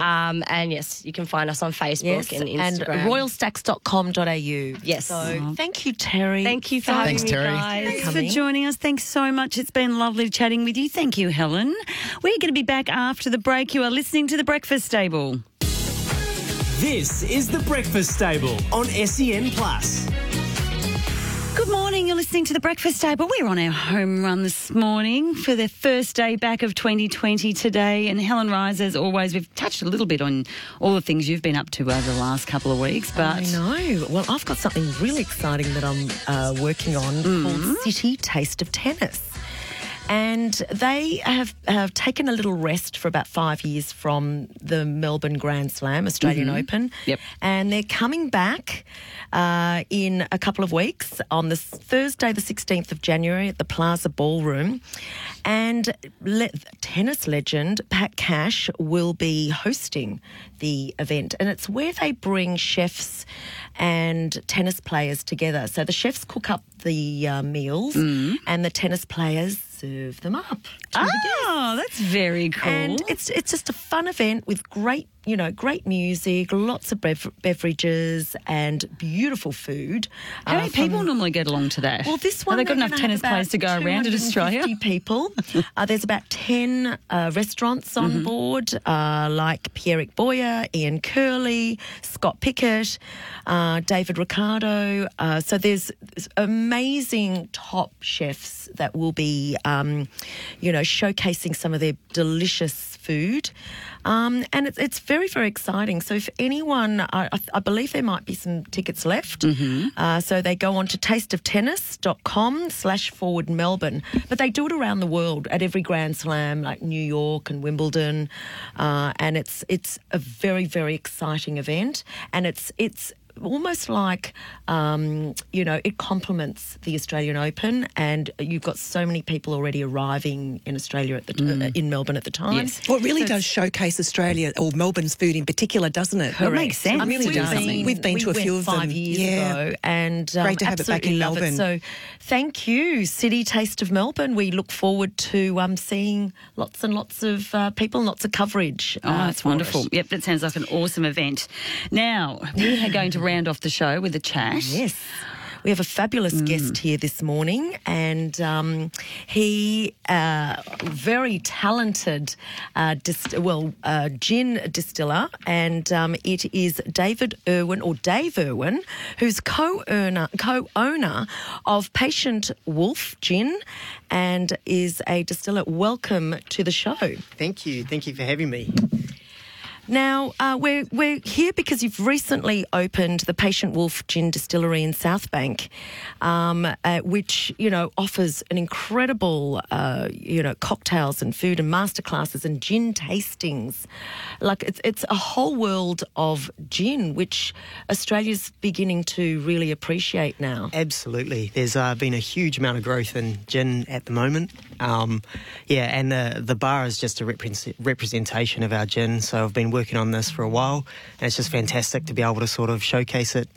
S6: Um, and yes, you can find us on Facebook and Instagram.
S5: royalstacks.com.au.
S6: Yes.
S5: So thank you, Terry.
S6: Thank you for having
S4: Thanks,
S6: me,
S4: Terry.
S6: guys.
S2: Thanks
S5: coming.
S2: for joining us. Thanks so much. It's been lovely chatting with you. Thank you, Helen. We're going to be back after the break. You are listening to The Breakfast Table.
S1: This is The Breakfast Table on SEN Plus.
S2: Good morning. You're listening to the Breakfast Table. We're on our home run this morning for the first day back of 2020 today. And Helen Rise, as always, we've touched a little bit on all the things you've been up to over the last couple of weeks. But
S5: I know. Well, I've got something
S6: Mm-hmm.
S5: really exciting that I'm uh, working on called City Taste of Tennis. and they have, have taken a little rest for about five years from the Melbourne Grand Slam, Australian
S6: Mm-hmm.
S5: Open.
S2: Yep.
S5: And they're coming back uh, in a couple of weeks on this Thursday, the 16th of January, at the Plaza Ballroom. And le- tennis legend Pat Cash will be hosting the event. And it's where they bring chefs and tennis players together. So the chefs cook up the uh, meals and the tennis players serve them up. to the
S2: Oh, that's very cool.
S5: and it's it's just a fun event with great you know great music, lots of bev- beverages, and beautiful food.
S2: How
S5: uh,
S2: many
S5: from-
S2: people normally get along to that?
S5: well, this one
S2: Have they got
S5: they're
S2: enough
S5: gonna
S2: tennis
S5: have
S2: players to go
S5: about
S2: around in Australia?
S5: 250 people. uh, there's about ten uh, restaurants on
S2: Mm-hmm.
S5: board, uh, like Pierrick Boyer, Ian Curley, Scott Pickett, uh, David Ricardo. Uh, so there's there's amazing top chefs that will be, um, you know, showcasing some of their delicious food. Um, and it's, it's very, very exciting. So, if anyone, I, I- I believe there might be some tickets left. Uh, so, they go on to tasteoftennis.com slash forward Melbourne. But they do it around the world at every Grand Slam, like New York and Wimbledon. Uh, and it's it's a very, very exciting event. And it's it's almost like um, you know it complements the Australian Open, and you've got so many people already arriving in Australia at the t- uh, in Melbourne at the time.
S2: Yes.
S3: Well, it really does showcase Australia or Melbourne's food in particular, doesn't it?
S2: Correct. makes sense
S5: I mean,
S2: to
S5: we've,
S2: do
S5: been,
S2: something.
S3: we've been
S5: we
S3: to a
S5: went
S3: few of them.
S5: five years ago, and um,
S3: Great to have it back
S5: absolutely
S3: in
S5: love
S3: Melbourne.
S5: So, thank you, City Taste of Melbourne. We look forward to um, seeing lots and lots of uh, people, and lots of coverage.
S2: Oh,
S5: uh,
S2: that's
S5: for it.
S2: wonderful. Yep, that sounds like an awesome event. Now, we are going to round off the show with a chat.
S5: Yes. We have a fabulous guest here this morning, and um, he, uh, very talented, uh, dist- well, uh, gin distiller, and um, it is David Irwin or Dave Irwin, who's co-owner co-owner of Patient Wolf Gin, and is a distiller. Welcome to the show.
S7: Thank you. Thank you for having me.
S5: Now uh, we're we're here because you've recently opened the Patient Wolf Gin Distillery in Southbank, um, uh, which you know offers an incredible uh, you know cocktails and food and masterclasses and gin tastings. Like it's it's a whole world of gin which Australia's beginning to really appreciate now.
S7: Absolutely. There's uh, been a huge amount of growth in gin at the moment. Um, yeah, and the, the bar is just a represent, representation of our gin. So I've been working on this for a while, and it's just fantastic to be able to sort of showcase it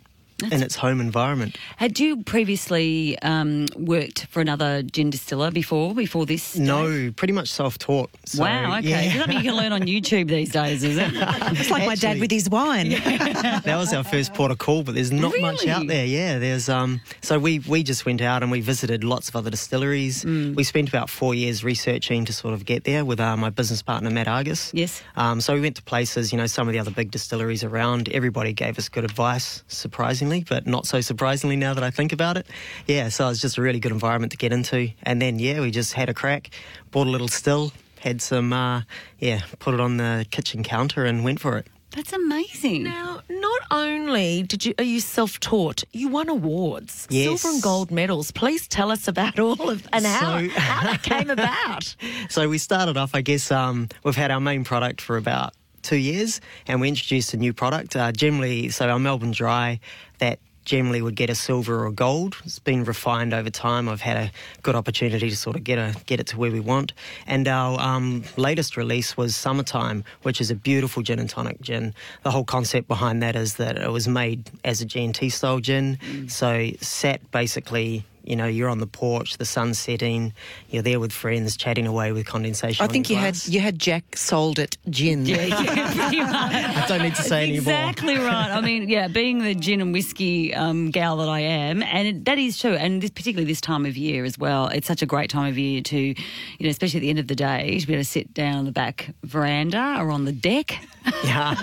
S7: in its home environment.
S2: Had you previously um, worked for another gin distiller before, before this?
S7: No, pretty much self taught. So,
S2: Wow, okay.
S7: yeah.
S2: Is that something you can learn on YouTube these days, is it?
S3: It's like my dad
S7: Actually-
S3: with his wine.
S7: that was our first port of call, but there's not much
S2: Really?
S7: out there. Yeah, there's um. So we we just went out and we visited lots of other distilleries.
S2: Mm.
S7: We spent about four years researching to sort of get there with uh, my business partner Matt Argus.
S2: Yes.
S7: Um. So we went to places, you know, some of the other big distilleries around. Everybody gave us good advice, surprisingly, but not so surprisingly now that I think about it. Yeah. So it was just a really good environment to get into, and then yeah, we just had a crack, bought a little still. Had some, uh, yeah, put it on the kitchen counter and went for it.
S2: That's amazing.
S5: Now, not only did you are you self-taught, you won awards,
S7: Yes.
S5: silver and gold medals. Please tell us about all of and how,
S7: So-
S5: how that came about.
S7: So we started off, I guess, um, we've had our main product for about two years and we introduced a new product. Uh, generally, so our Melbourne Dry, that generally would get a silver or gold. It's been refined over time. I've had a good opportunity to sort of get, a, get it to where we want. And our um, latest release was Summertime, which is a beautiful gin and tonic gin. The whole concept behind that is that it was made as a G&T style gin. So sat basically you know, you're on the porch, the sun's setting, you're there with friends, chatting away with condensation.
S3: I
S7: on
S3: think
S7: your
S3: you had
S7: glass.
S3: you had Jack sold it gin.
S7: I don't need to say anymore.
S2: Exactly right. I mean, yeah, being the gin and whiskey um, gal that I am, and it, that is true. And this, particularly this time of year as well, it's such a great time of year to, you know, especially at the end of the day, to be able to sit down on the back veranda or on the deck
S7: Yeah.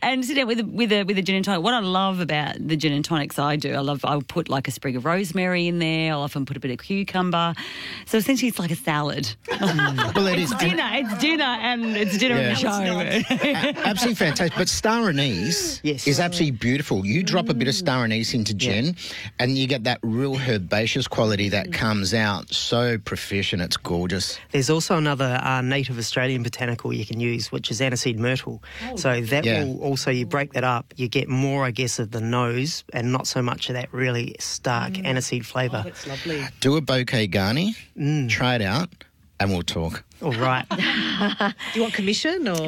S2: and sit down with a, with a with a gin and tonic. What I love about the gin and tonics I do, I love. I'll put like a sprig of rosemary in there. I'll often put a bit of cucumber. So essentially, it's like a salad.
S4: Well, it is.
S2: it's
S4: and-
S2: dinner. It's dinner, and it's dinner
S4: Yeah.
S2: and a show.
S4: absolutely fantastic. But star anise
S7: Yes.
S4: is absolutely beautiful. You drop a bit of star anise into gin, and you get that real herbaceous quality that comes out so proficient. It's gorgeous.
S7: There's also another uh, native Australian botanical you can use, which is aniseed myrtle. so that
S4: Yeah.
S7: will also, you break that up, you get more, I guess, of the nose and not so much of that really stark aniseed flavour.
S3: It's lovely.
S4: Do a bouquet garni, try it out, and we'll talk.
S7: All right.
S3: Do you want commission or?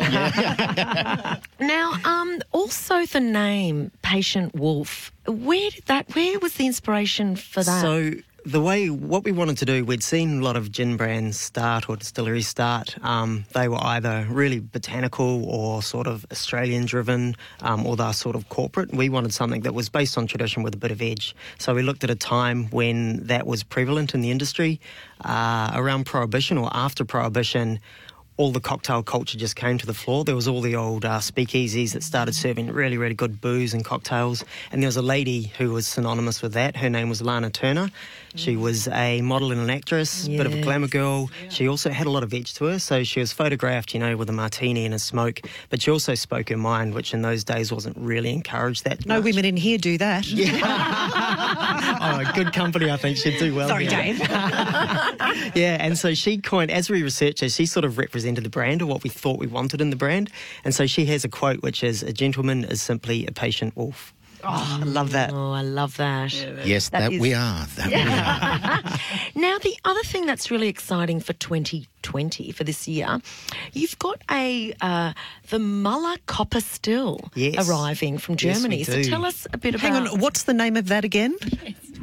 S5: Now, um, also the name Patient Wolf. Where did that? Where was the inspiration for that?
S7: So the way what we wanted to do, we'd seen a lot of gin brands start or distilleries start. Um, they were either really botanical or sort of Australian driven, um, or they're sort of corporate. We wanted something that was based on tradition with a bit of edge. So we looked at a time when that was prevalent in the industry, uh, around Prohibition or after Prohibition all the cocktail culture just came to the floor. There was all the old uh, speakeasies that started serving really, really good booze and cocktails. And there was a lady who was synonymous with that. Her name was Lana Turner. She was a model and an actress, bit of a glamour girl. She also had a lot of edge to her. So she was photographed, you know, with a martini and a smoke. But she also spoke her mind, which in those days wasn't really encouraged that
S3: No
S7: much.
S3: women in here do that.
S7: oh, good company, I think. She'd do well.
S3: Sorry,
S7: there.
S3: Dave.
S7: yeah, and so she coined, as we researched her, she sort of represented the brand or what we thought we wanted in the brand. And so she has a quote which is, a gentleman is simply a patient wolf. Oh, I love that.
S5: oh, I love that.
S4: Yes, that,
S5: is-
S4: we are. That we are.
S5: Now, the other thing that's really exciting for 2020 for this year, you've got a uh, the Muller Copper Still
S7: Yes.
S5: arriving from
S7: Yes, we
S5: Germany. so
S7: do.
S5: tell us a bit
S3: Hang
S5: about.
S3: on, what's the name of that again?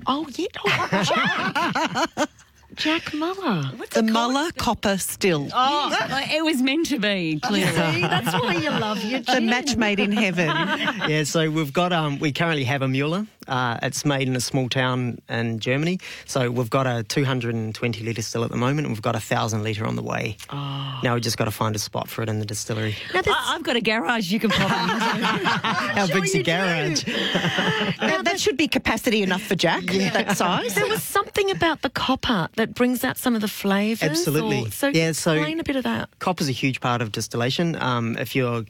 S5: Oh yeah, oh, Jack, Jack Muller.
S3: the Muller Copper Still.
S2: Oh, like, it was meant to be. Clearly.
S5: See, that's why you love your
S3: The
S5: gin.
S3: match made in heaven.
S7: yeah, so we've got um, we currently have a Mueller. Uh, it's made in a small town in Germany. So we've got a 220 litre still at the moment, and we've got a thousand litre on the way. Now we just got to find a spot for it in the distillery.
S5: Now, this,
S2: I, I've got a garage you can pop into.
S7: How big's the garage?
S3: that, that should be capacity enough for Jack, that size.
S5: there was something about the copper that brings out some of the flavours. or-
S7: Absolutely.
S5: so,
S7: Yeah, so-
S5: explain a bit of that.
S7: Copper's a huge part of distillation. Um, if you're,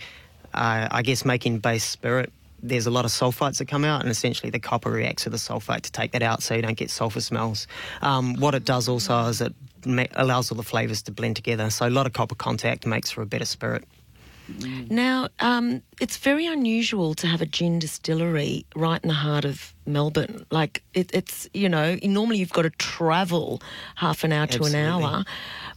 S7: uh, I guess, making base spirit, there's a lot of sulfites that come out, and essentially the copper reacts with the sulfate to take that out so you don't get sulfur smells. Um, what it does also is it ma- allows all the flavours to blend together. So a lot of copper contact makes for a better spirit.
S5: Now, um, it's very unusual to have a gin distillery right in the heart of Melbourne. Like, it, it's, you know, normally you've got to travel half an hour to
S7: Absolutely.
S5: an hour.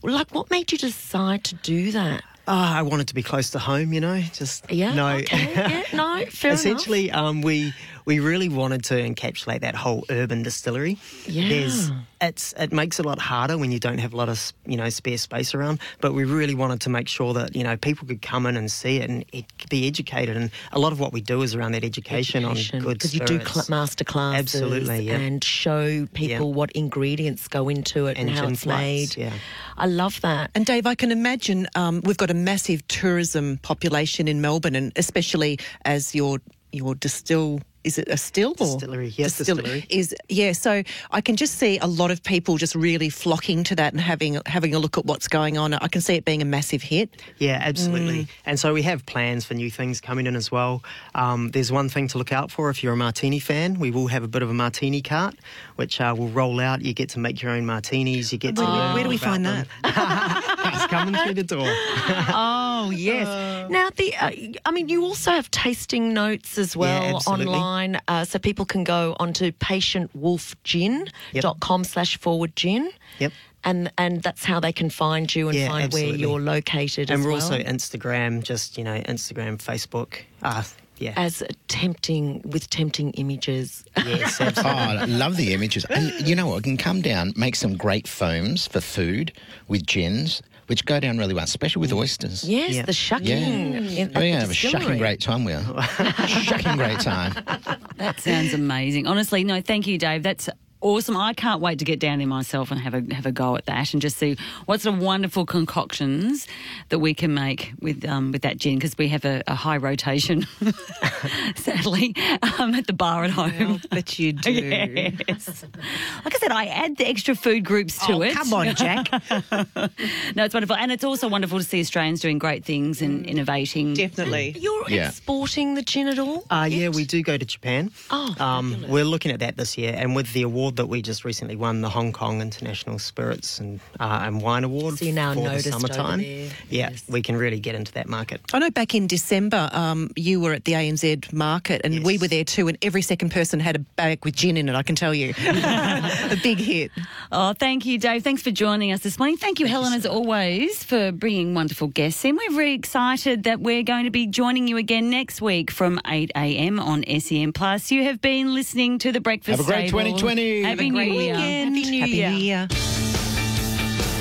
S5: Like, what made you decide to do that?
S7: Ah, I wanted to be close to home, you know, just
S5: Yeah.
S7: no.
S5: Okay. Yeah, no, fair enough.
S7: Essentially, um, we we really wanted to encapsulate that whole urban distillery.
S5: Yeah.
S7: it's it makes it a lot harder when you don't have a lot of you know spare space around. But we really wanted to make sure that you know people could come in and see it and it could be educated. And a lot of what we do is around that education, on good
S5: Because you do cl-
S7: spirits.
S5: master classes
S7: Absolutely, yeah.
S5: and show people
S7: Yeah.
S5: what ingredients go into it and,
S7: And
S5: how
S7: gin
S5: it's made.
S7: flights, yeah.
S5: I love that.
S3: And Dave, I can imagine um, we've got a massive tourism population in Melbourne, and especially as your your distill is it a still or
S7: Distillery, yes, distillery.
S3: is yeah. So I can just see a lot of people just really flocking to that and having having a look at what's going on. I can see it being a massive hit.
S7: Yeah,
S5: Mm.
S7: absolutely. And so we have plans for new things coming in as well. Um, there's one thing to look out for if you're a martini fan. We will have a bit of a martini cart, which uh, will roll out. You get to make your own martinis. You get
S5: Oh,
S7: to. learn
S3: where do we
S7: about
S3: find
S7: them. it's coming through the door.
S5: Oh yes. now the, uh, I mean, you also have tasting notes as well
S7: absolutely.
S5: online, uh, so people can go onto patientwolfgin.com slash forward gin.
S7: Yep.
S5: And and that's how they can find you and
S7: Yeah,
S5: find
S7: absolutely.
S5: where you're located
S7: And
S5: as
S7: we're
S5: well.
S7: also Instagram, just you know, Instagram, Facebook. Uh, yeah.
S5: as tempting with tempting images.
S7: yes, absolutely.
S4: Oh, I love the images. And you know what? I can come down, make some great foams for food with gins, which go down really well, especially with oysters.
S5: yes,
S7: Yeah.
S5: the shucking.
S4: Yeah.
S5: in- at
S4: We're going
S5: the
S4: to have a
S5: distillery.
S4: shocking great time, we are. shocking great time.
S2: That sounds amazing. Honestly, no, thank you, Dave. That's awesome. I can't wait to get down there myself and have a have a go at that and just see what sort of wonderful concoctions that we can make with um, with that gin because we have a, a high rotation, sadly, um, at the bar at home.
S3: But you do.
S2: Yes. Like I said, I add the extra food groups to
S3: Oh,
S2: it.
S3: come on, Jack.
S2: No, it's wonderful. And it's also wonderful to see Australians doing great things
S3: Mm.
S2: and innovating.
S3: Definitely.
S5: You're
S4: Yeah.
S5: exporting the gin at all?
S7: Uh, yeah, we do go to Japan.
S5: Oh,
S7: um, we're looking at that this year, and with the award that we just recently won, the Hong Kong International Spirits and uh, and Wine Award
S5: So you're now
S7: for the
S5: noticed over
S7: summertime.
S5: there.
S7: Yeah, we can really get into that market.
S3: I know back in December, um, you were at the ANZ market and we were there too, and every second person had a bag with gin in it, I can tell you. a big hit.
S2: Oh, thank you, Dave. Thanks for joining us this morning. Thank you, Helen, as always, for bringing wonderful guests in. We're very excited that we're going to be joining you again next week from 8 a.m. on E SEM Plus. You have been listening to The Breakfast
S4: Have a great
S2: Table.
S4: 2020.
S2: Happy
S4: Have a
S2: New
S4: great
S2: Year.
S3: Happy New Year.